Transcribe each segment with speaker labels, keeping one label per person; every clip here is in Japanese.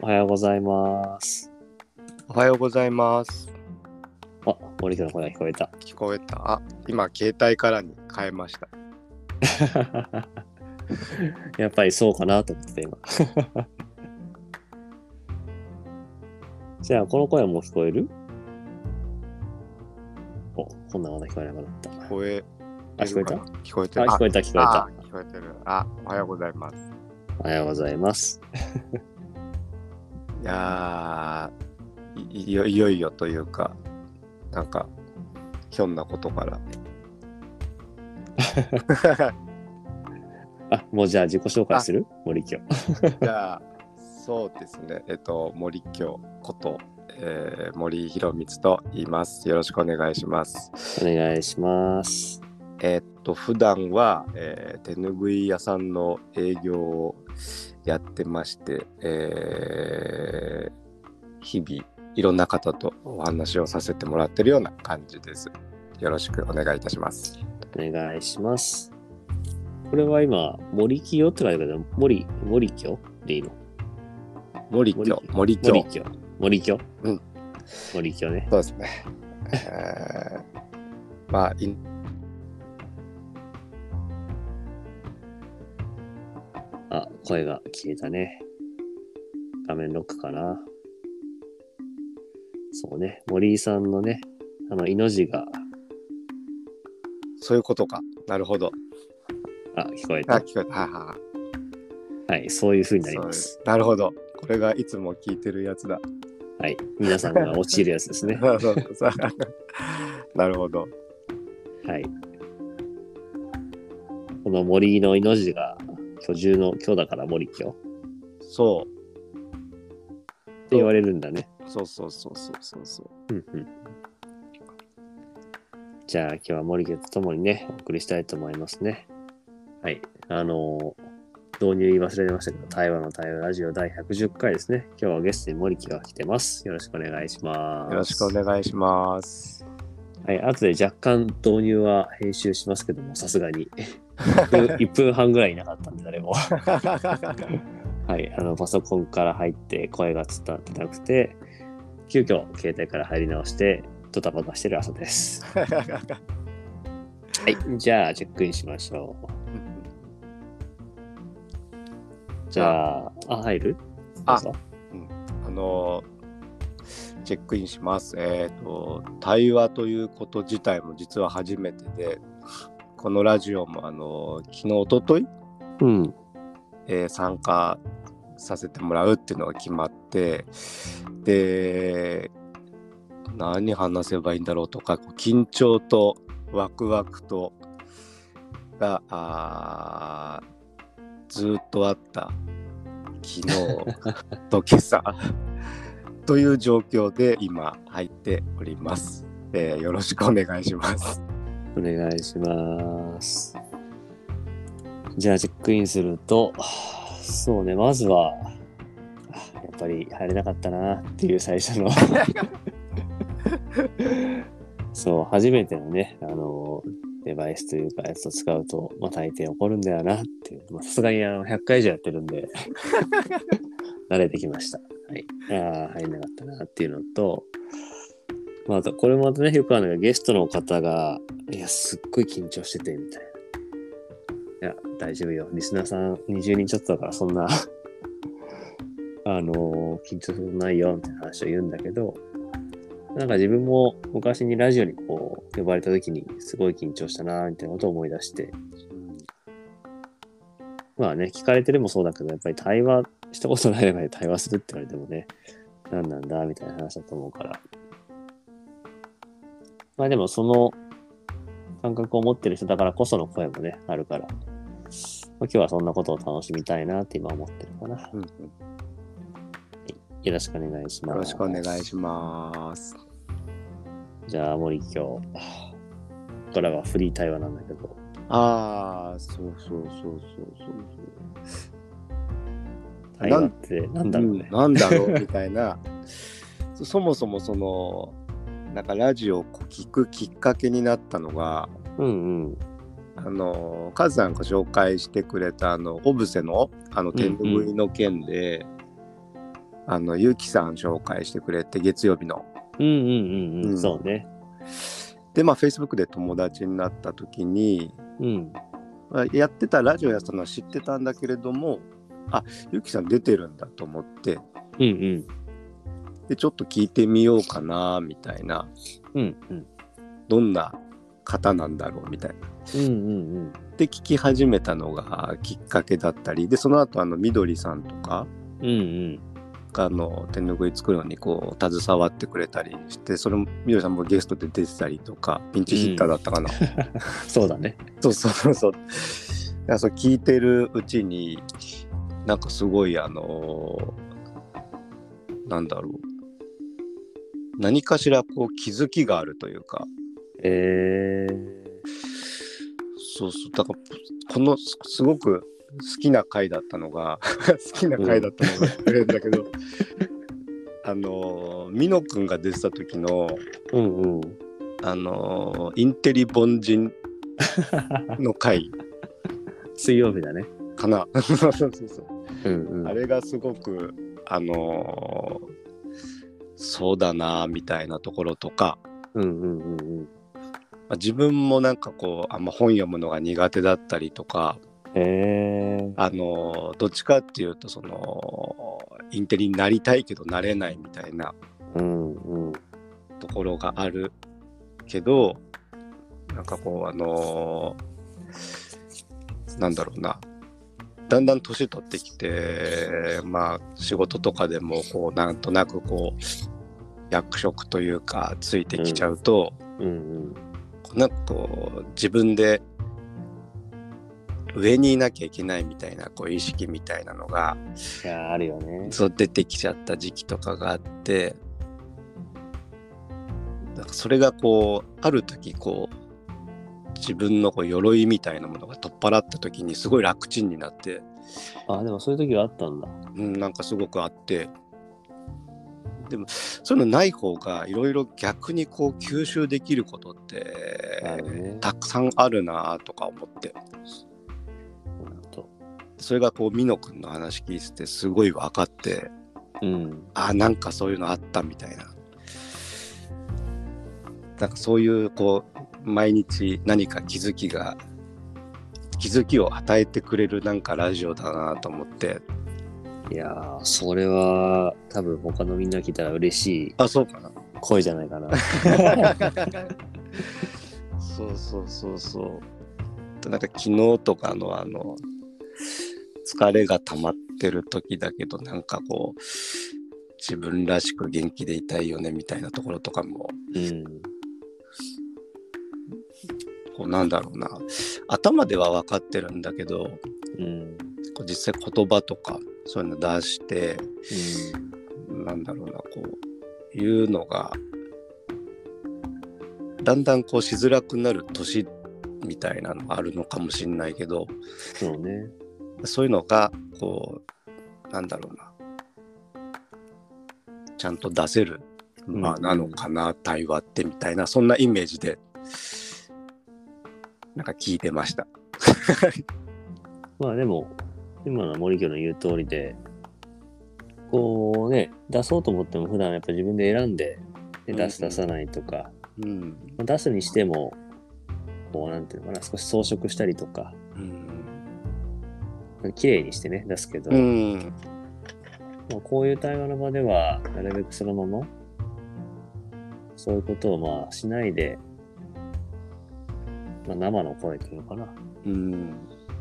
Speaker 1: おはようございます。
Speaker 2: おはようございます。
Speaker 1: あ、森田の声が聞こえた。
Speaker 2: 聞こえた。あ、今携帯からに変えました。
Speaker 1: やっぱりそうかなと思ってた今。 じゃあ、この声はもう聞こえるお、こんなんまだ聞こえなくなった。
Speaker 2: 聞こえ
Speaker 1: あ、聞こえた
Speaker 2: るかな聞こえて
Speaker 1: あ、
Speaker 2: る。
Speaker 1: 聞こえた、聞こえた
Speaker 2: あ。聞こえてる。あ、おはようございます。
Speaker 1: おはようございます。
Speaker 2: いやーいいよいよいよというか、なんか、ひょんなこと から。
Speaker 1: あ、もうじゃあ自己紹介する森京。
Speaker 2: じゃあ、そうですね。えっと、森京こと、えー森博光と言います。よろしくお願いします。
Speaker 1: お願いします。
Speaker 2: えーっと普段は、えー手ぬぐい屋さんの営業をやってまして、えー日々いろんな方とお話をさせてもらってるような感じです。よろしくお願いいたします。
Speaker 1: お願いします。これは今、森清って書いてあるけど、森、森京でいいの
Speaker 2: 森京、森京。
Speaker 1: 森京。森京
Speaker 2: うん。
Speaker 1: 森京ね。
Speaker 2: そうですね。えーまあ、い
Speaker 1: あ、声が消えたね。画面ロックかな。そうね、森井さんのね、あの、命が、
Speaker 2: そういうことか。なるほど。
Speaker 1: あ、聞こえ
Speaker 2: あ、
Speaker 1: た。
Speaker 2: 聞こえた。はいはいはい
Speaker 1: はい、そういう風になります。
Speaker 2: そうなるほど。これがいつも聞いてるやつだ。。
Speaker 1: はい、皆さんが落ちるやつですね
Speaker 2: そうそうそうなるほど。
Speaker 1: はい。この森井の命が、居住の今日だから森京って
Speaker 2: そう。
Speaker 1: 言われるんだね。
Speaker 2: そうそうそうそうそうそう。
Speaker 1: うんうん。じゃあ今日は森家とともにね、お送りしたいと思いますね。はい。あのー導入言い忘れてましたけど、台湾の台湾ラジオ第110回ですね。今日はゲストに森木が来てます。よろしくお願いします。
Speaker 2: よろしくお願いし ます。
Speaker 1: はい。後で若干導入は編集しますけども、さすがに。1分 半ぐらいいなかったんで、誰も。はい、あのパソコンから入って声が伝わってなくて急遽携帯から入り直してドタバタしてる朝です。はい、じゃあチェックインしましょう。じゃあ、あ、入る
Speaker 2: あ
Speaker 1: どうぞ
Speaker 2: あのチェックインします。えっ、と対話ということ自体も実は初めてで、このラジオもあの昨日一昨日、
Speaker 1: うん。
Speaker 2: えー参加させてもらうっていうのが決まって、で何話せばいいんだろうとかこう緊張とワクワクとがあーずーっとあった昨日と今朝 という状況で今入っております。えーよろしくお願いします。
Speaker 1: お願いします。じゃあチェックインすると、そうね、まずは、あやっぱり入れなかったなっていう最初の。そう、初めてのね、あの、デバイスというか、やつを使うと、まあ大抵起こるんだよなっていう、まあさすがにあの100回以上やってるんで、慣れてきました。はい。ああ、入れなかったなっていうのと、まあ、あとこれもまたね、よくあるのが、ゲストの方が、いや、すっごい緊張してて、みたいな。いや、大丈夫よ。リスナーさん20人ちょっとだから、そんな、あのー緊張することないよ、みたいな話を言うんだけど、なんか自分も昔にラジオにこう、呼ばれた時に、すごい緊張したな、みたいなことを思い出して、まあね、聞かれてでもそうだけど、やっぱり対話したことない中で対話するって言われてもね、何なんだみたいな話だと思うから。まあでもその感覚を持ってる人だからこその声もね、あるから。まあ、今日はそんなことを楽しみたいなって今思ってるかな。
Speaker 2: うん
Speaker 1: よろしくお願いします。
Speaker 2: よろしくお願いします。
Speaker 1: じゃあ森今日、ここからはフリー対話なんだけど、
Speaker 2: ああ、そうそうそうそうそうそう。
Speaker 1: 対話ってなんだろうね
Speaker 2: ん。なんだろうみたいな そそもそもそのなんかラジオをこう聞くきっかけになったのが
Speaker 1: うんうん。
Speaker 2: あのカズさんが紹介してくれたあのオブセのあの手拭いの件で、あのゆきさん紹介してくれて月曜日の
Speaker 1: うんうんうんう。
Speaker 2: うんん
Speaker 1: そうね。
Speaker 2: でまあ Facebook で友達になった時に
Speaker 1: うん。
Speaker 2: まあやってたラジオやってたのは知ってたんだけれどもあゆきさん出てるんだと思って
Speaker 1: うんうん。
Speaker 2: でちょっと聞いてみようかなみたいな
Speaker 1: うんうん。
Speaker 2: どんな方なんだろうみたいな。
Speaker 1: うんうんうん。
Speaker 2: で聞き始めたのがきっかけだったりでその後あのみどりさんとか
Speaker 1: うん
Speaker 2: あの手ぬぐい作るのにこう携わってくれたりしてそれもみどりさんもゲストで出てたりとかピンチヒッターだったかな、
Speaker 1: うん。そうだね。
Speaker 2: そうそうそうそう。いやそう聞いてるうちになんかすごいあのーなんだろう何かしらこう気づきがあるというか
Speaker 1: え
Speaker 2: そうそうだからこのすすごく好きな回だったのが 好きな回だったのがあれだけど、あのー、美濃くんが出てた時の
Speaker 1: ー。うんうん。
Speaker 2: あのーインテリ凡人の回
Speaker 1: 水曜日だね。
Speaker 2: か なそうそうそう
Speaker 1: うんうん。
Speaker 2: あれがすごくあのーそうだなみたいなところとか、
Speaker 1: うんうんうんうん。
Speaker 2: まあ自分もなんかこうあんま本読むのが苦手だったりとか
Speaker 1: えー。
Speaker 2: あのーどっちかっていうとそのインテリになりたいけどなれないみたいな
Speaker 1: うんうん。
Speaker 2: ところがあるけどなんかこうあのーなんだろうなだんだん年取ってきてまあ仕事とかでもこうなんとなくこう役職というかついてきちゃうと、
Speaker 1: うん
Speaker 2: こうなんかこう自分で上にいなきゃいけないみたいなこう意識みたいなのが
Speaker 1: いやーあるよね。
Speaker 2: そう出てきちゃった時期とかがあってなんかそれがこうある時こう自分のこう鎧みたいなものが取っ払った時にすごい楽ちんになって、
Speaker 1: あ、でもそういう時があったんだ。
Speaker 2: うん、なんかすごくあってでもそういうのない方がいろいろ逆にこう吸収できることって
Speaker 1: あるね。
Speaker 2: たくさんあるなとか思って
Speaker 1: ほんと
Speaker 2: それがこう美濃くんの話聞いててすごい分かって
Speaker 1: うん。
Speaker 2: あなんかそういうのあったみたいななんかそういうこう毎日何か気づきが気づきを与えてくれるなんかラジオだなと思って
Speaker 1: いやー、それは多分他のみんな聞いたら嬉しい
Speaker 2: あそうかな
Speaker 1: 声じゃないかな。
Speaker 2: そうそうそうそうなんか昨日とかのあの疲れが溜まってる時だけどなんかこう自分らしく元気でいたいよねみたいなところとかも
Speaker 1: うん。
Speaker 2: こうなんだろうな頭では分かってるんだけど
Speaker 1: うん。
Speaker 2: こう実際言葉とかそういうの出して
Speaker 1: うん
Speaker 2: なんだろうなこう言うのがだんだんこうしづらくなる年みたいなのがあるのかもしれないけど
Speaker 1: そうね。
Speaker 2: そういうのがこうなんだろうなちゃんと出せる、まあ、
Speaker 1: うん
Speaker 2: なのかな、対話ってみたいなそんなイメージでなんか聞いてました。
Speaker 1: まあでも、今の森京の言う通りで、こうね、出そうと思っても普段やっぱ自分で選んで、で
Speaker 2: うん
Speaker 1: 出す出さないとか、
Speaker 2: うん
Speaker 1: まあ出すにしても、こうなんていうのかな、少し装飾したりとか、
Speaker 2: うん
Speaker 1: 綺麗にしてね、出すけど、
Speaker 2: うん
Speaker 1: まあこういう対話の場では、なるべくそのまま、そういうことをまあしないで、まあ、生の声っていうのかな。
Speaker 2: うん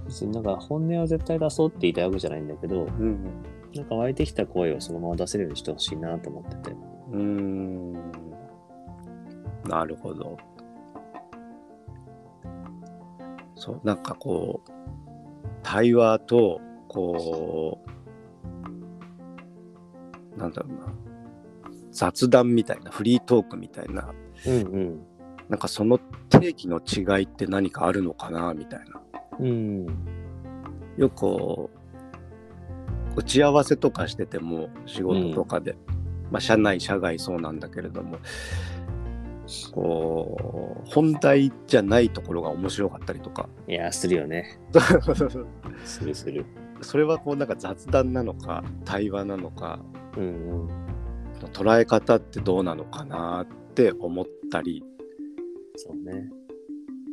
Speaker 1: 別になんか本音を絶対出そうって言いたいわけじゃないんだけど、
Speaker 2: うん
Speaker 1: なんか湧いてきた声をそのまま出せるようにしてほしいなと思ってて。
Speaker 2: うーんなるほど。そう、なんかこう、対話と、こう、なんだろうな、雑談みたいな、フリートークみたいな、
Speaker 1: うん
Speaker 2: なんかその定義の違いって何かあるのかな、みたいな。
Speaker 1: うん。うん。
Speaker 2: よくこう、打ち合わせとかしてても、仕事とかで、まあ、社内、社外そうなんだけれども、こう、本題じゃないところが面白かったりとか、
Speaker 1: いや、するよね。するする。
Speaker 2: それはこう、なんか雑談なのか、対話なのか、
Speaker 1: ううんうん。
Speaker 2: 捉え方ってどうなのかなって思ったり
Speaker 1: そうね。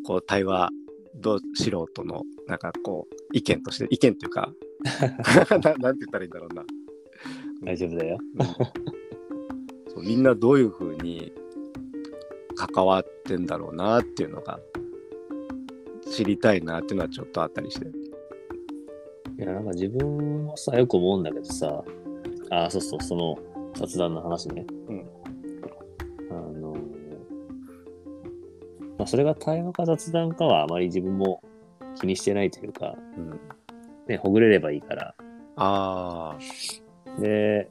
Speaker 2: こう対話どう素人のなんかこう意見として意見というかななんて言ったらいいんだろうな
Speaker 1: 大丈夫だよ。
Speaker 2: うんそうみんなどういうふうに関わってんだろうなっていうのが知りたいなっていうのはちょっとあったりして。
Speaker 1: いや、なんか自分もさ、よく思うんだけどさ、あ、そうそう、その雑談の話ね。
Speaker 2: うん。
Speaker 1: あの、まあ、それが対話か雑談かはあまり自分も気にしてないというか、
Speaker 2: うん、
Speaker 1: ね、ほぐれればいいから。
Speaker 2: ああ、
Speaker 1: で、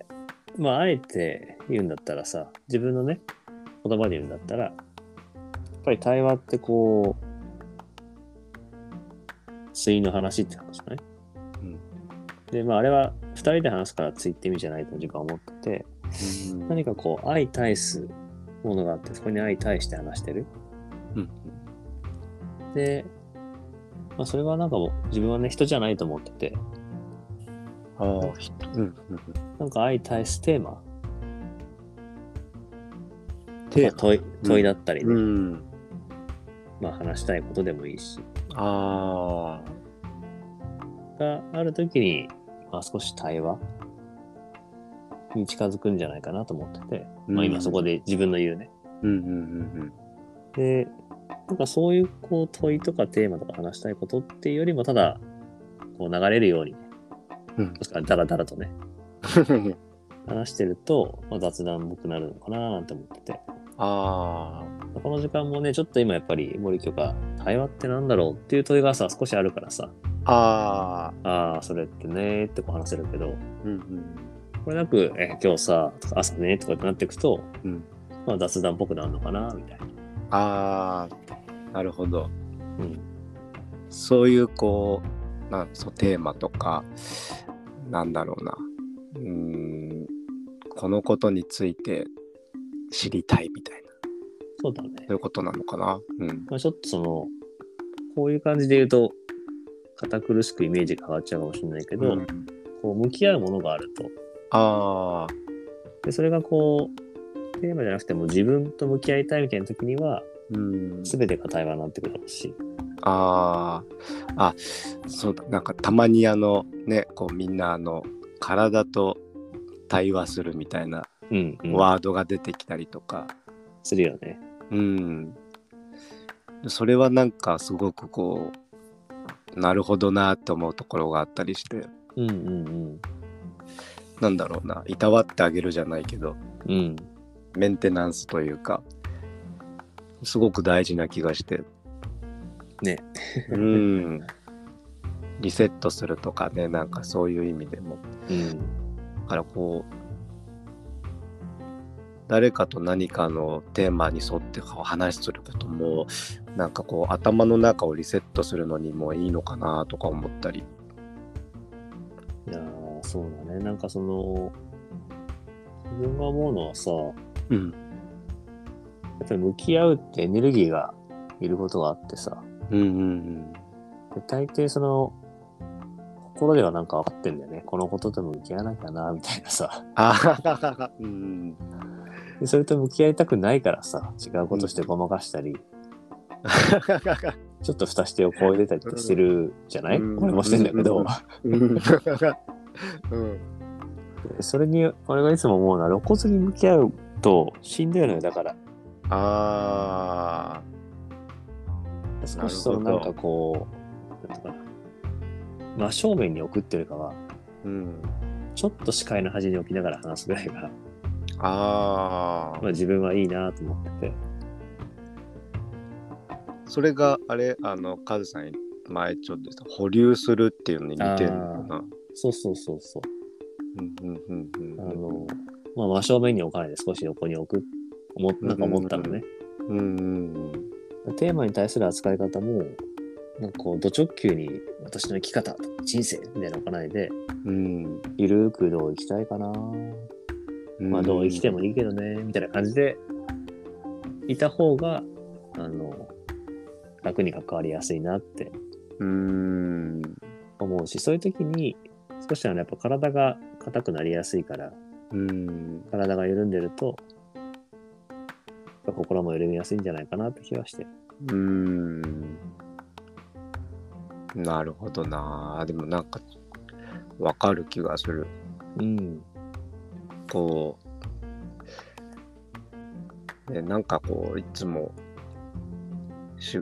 Speaker 1: まあ、あえて言うんだったらさ、自分のね、言葉で言うんだったら、やっぱり対話ってこう、対の話って話じゃない
Speaker 2: うん
Speaker 1: で、まあ、あれは2人で話すからついって意味じゃないと自分は思ってて、
Speaker 2: うん
Speaker 1: 何かこう、相対すものがあって、そこに相対して話してる。
Speaker 2: うん
Speaker 1: で、まあ、それはなんかもう、自分はね、人じゃないと思ってて、
Speaker 2: あーひうんうんうん
Speaker 1: なんか相対すテーマ、まあ
Speaker 2: テー
Speaker 1: 問い問いだったりね、
Speaker 2: マ、うん、
Speaker 1: まあ、話したいことでもいいし、
Speaker 2: あ
Speaker 1: があるときに、まあ、少し対話に近づくんじゃないかなと思ってて、
Speaker 2: あ、
Speaker 1: まあ、今そこ
Speaker 2: で、
Speaker 1: で自分の言うね。
Speaker 2: うんうんうんうん、
Speaker 1: で、なんかそういうこう問いとかテーマとか話したいことっていうよりも、ただ、こう流れるように、ね、
Speaker 2: うん
Speaker 1: もしくはダラダラとね、話してると、まあ、雑談っぽくなるのかななんて思ってて。
Speaker 2: あ
Speaker 1: この時間もね、ちょっと今やっぱり森京が対話ってなんだろうっていう問いがさ、少しあるからさ、
Speaker 2: あ、ああ、
Speaker 1: ああ、それってねーってこう話せるけど、
Speaker 2: うん
Speaker 1: これなく、え、今日さ、とか朝ね、とかってなっていくと、
Speaker 2: うんうん、
Speaker 1: まあ雑談っぽくなるのかな、みたいな。
Speaker 2: ああ、なるほど。
Speaker 1: うん。
Speaker 2: そういうこうなんそうテーマとかなんだろうなうーんこのことについて知りたいみたいな
Speaker 1: そうだね
Speaker 2: そうい。うことなのかなうん
Speaker 1: まあちょっとその、こういう感じで言うと、堅苦しくイメージが変わっちゃうかもしれないけど、
Speaker 2: うん
Speaker 1: こう向き合うものがあると。
Speaker 2: ああ
Speaker 1: で、それがこう、テーマじゃなくても自分と向き合いたいみたいな時には、
Speaker 2: うん
Speaker 1: 全てが対話になってくるし。
Speaker 2: あああそうだなんかたまにあのねこうみんなあの体と対話するみたいな
Speaker 1: うん、うん。
Speaker 2: ワードが出てきたりとか、
Speaker 1: するよね。
Speaker 2: うん。それはなんかすごくこう、なるほどなって思うところがあったりして、
Speaker 1: うんうん
Speaker 2: なんだろうな、いたわってあげるじゃないけど、
Speaker 1: うん。うん。
Speaker 2: メンテナンスというか、すごく大事な気がして。
Speaker 1: ね。
Speaker 2: うん。リセットするとかね、なんかそういう意味でも。
Speaker 1: うん。
Speaker 2: だからこう、誰かと何かのテーマに沿ってこう話することも、なんかこう、頭の中をリセットするのにもいいのかなとか思ったり。
Speaker 1: いやーそうだね。なんかその、自分が思うのはさ、
Speaker 2: うん。
Speaker 1: やっぱり向き合うってエネルギーがいることがあってさ、
Speaker 2: うんうん
Speaker 1: で大抵その、心ではなんか分かってんだよね。このことと向き合わなきゃな、みたいなさ
Speaker 2: うん。。あははは。うん。
Speaker 1: でそれと向き合いたくないからさ、違うことしてごまかしたり、ちょっと蓋して横を入れたりとしてるじゃない、
Speaker 2: うん
Speaker 1: 俺もしてんだけど、
Speaker 2: うんうん。 うん。
Speaker 1: でそれに俺がいつも思うのは露骨に向き合うと死んだよね、だから。
Speaker 2: あ
Speaker 1: 少しそのな
Speaker 2: なる
Speaker 1: ん
Speaker 2: ほど
Speaker 1: かこう、なんとかな真正面に置くっていうよりかは、
Speaker 2: ー。うん。
Speaker 1: ちょっと視界の端に置きながら話すぐらいが、
Speaker 2: ああ
Speaker 1: まあ、。自分はいいなと思ってて。
Speaker 2: それがあれあのカズさん前ちょっと言ってた保留するっていうのに似てるのかな
Speaker 1: そうそうそうそう。
Speaker 2: うんうんうんうん
Speaker 1: あの、まあ、真正面に置かないで少し横に置く、思っなんか思ったのね。
Speaker 2: うんうん
Speaker 1: テーマに対する扱い方も、なんかこう、土直球に私の生き方、人生みたいなの置かないで、
Speaker 2: うん
Speaker 1: ゆるーくどう生きたいかな、
Speaker 2: うん
Speaker 1: まあ、どう生きてもいいけどね、みたいな感じで、いた方が、あの、楽に関わりやすいなって
Speaker 2: うん
Speaker 1: 思うし、そういう時に、少しあの、やっぱ体が硬くなりやすいから、
Speaker 2: うん。
Speaker 1: 体が緩んでると、心も緩みやすいんじゃないかなって気はしてる。
Speaker 2: うん。なるほどな。でもなんか、わかる気がする。
Speaker 1: うん。
Speaker 2: こう、ね、なんかこう、いつも、しい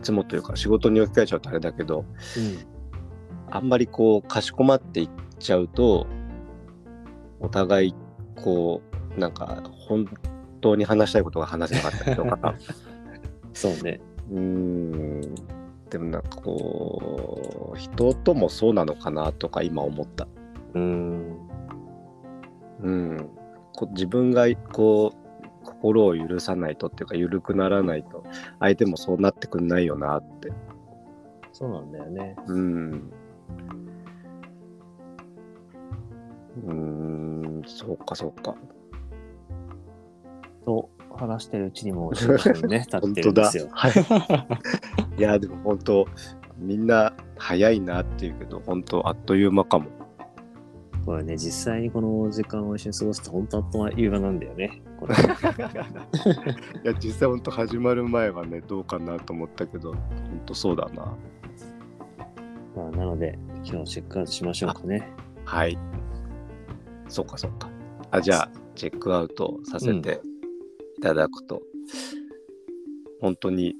Speaker 2: つもというか仕事に置き換えちゃうとあれだけど、あんまりこう、かしこまっていっちゃうと、お互い、こう、なんか、本当に話したいことが話せなかったりとか、
Speaker 1: そうね。
Speaker 2: うーん、でもなんかこう、人ともそうなのかなとか今思った。
Speaker 1: うん。
Speaker 2: うん、こ自分がこう心を許さないとっていうか緩くならないと相手もそうなってくんないよなって
Speaker 1: そうなんだよね。
Speaker 2: うんうーんそうかそうか
Speaker 1: と、話してるうちにもう10分 ね、経ってるんですよ。
Speaker 2: はいいやでも本当みんな早いなっていうけど本当あっという間 かも
Speaker 1: これね、実際にこの時間を一緒に過ごすと、本当あっという間なんだよね。こ れ
Speaker 2: いや実際本当始まる前はねどうかなと思ったけど本当そうだな
Speaker 1: まあ、なので、今日チェックアウトしましょうかね。
Speaker 2: はい。そっかそっか。あじゃあ、チェックアウトさせていただくと、本当に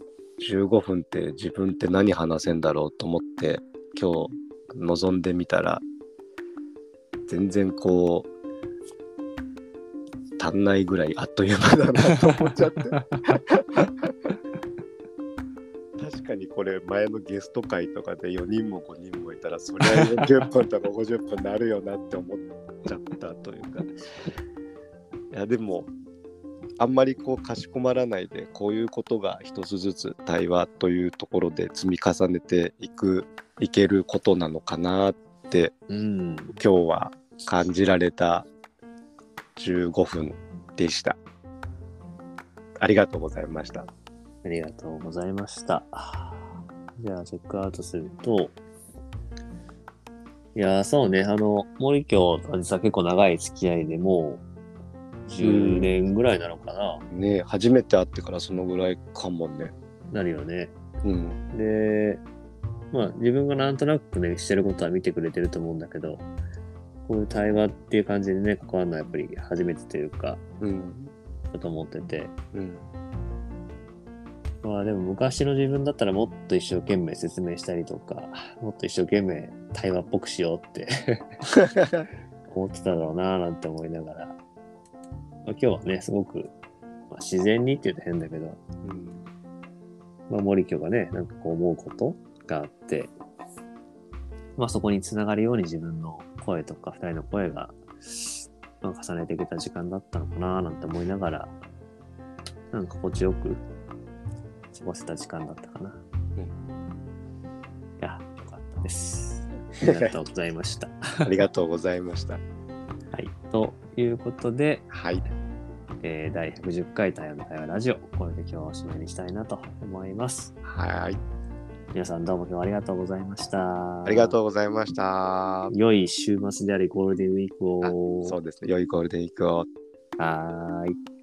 Speaker 2: 15分って自分って何話せんだろうと思って、今日望んでみたら、全然こう、足んないぐらいあっという間だなと思っ ちゃって。確かにこれ前のゲスト会とかで4人も5人もいたらそりゃ40分とか50分なるよなって思っちゃったというかいやでもあんまりこうかしこまらないでこういうことが一つずつ対話というところで積み重ねていくいけることなのかなって
Speaker 1: うん。
Speaker 2: 今日は感じられた15分でしたありがとうございました
Speaker 1: ありがとうございました。じゃあ、チェックアウトすると、いやー、そうね、あの、森京とは実は結構長い付き合いでもう、10年ぐらいなのかな、
Speaker 2: ねえ初めて会ってからそのぐらいかもね
Speaker 1: なるよね。
Speaker 2: うん
Speaker 1: で、まあ、自分がなんとなくね、してることは見てくれてると思うんだけど、こういう対話っていう感じでね、関わるのはやっぱり初めてというか、
Speaker 2: うん
Speaker 1: だと思ってて、
Speaker 2: うん
Speaker 1: まあでも昔の自分だったらもっと一生懸命説明したりとか、もっと一生懸命対話っぽくしようって 思ってただろうなぁなんて思いながら、まあ、今日はね、すごく、まあ、自然にって言うと変だけど、まあ、森京がね、なんかこう思うことがあって、まあそこにつながるように自分の声とか二人の声が、まあ、重ねていけた時間だったのかななんて思いながら、なんか心地よく過ごせた時間だったかな。
Speaker 2: うん
Speaker 1: いや、よかった です。ありがとうございました。
Speaker 2: ありがとうございました。
Speaker 1: はい。ということで、
Speaker 2: はい。
Speaker 1: えー第110回対話の対話ラジオ、これで今日はおしまいにしたいなと思います。
Speaker 2: はい。
Speaker 1: 皆さんどうも今日はありがとうございました。
Speaker 2: ありがとうございました。
Speaker 1: 良い週末でありゴールデンウィーク
Speaker 2: そ
Speaker 1: を。
Speaker 2: うですね。良いゴールデンウィークを。
Speaker 1: はーい。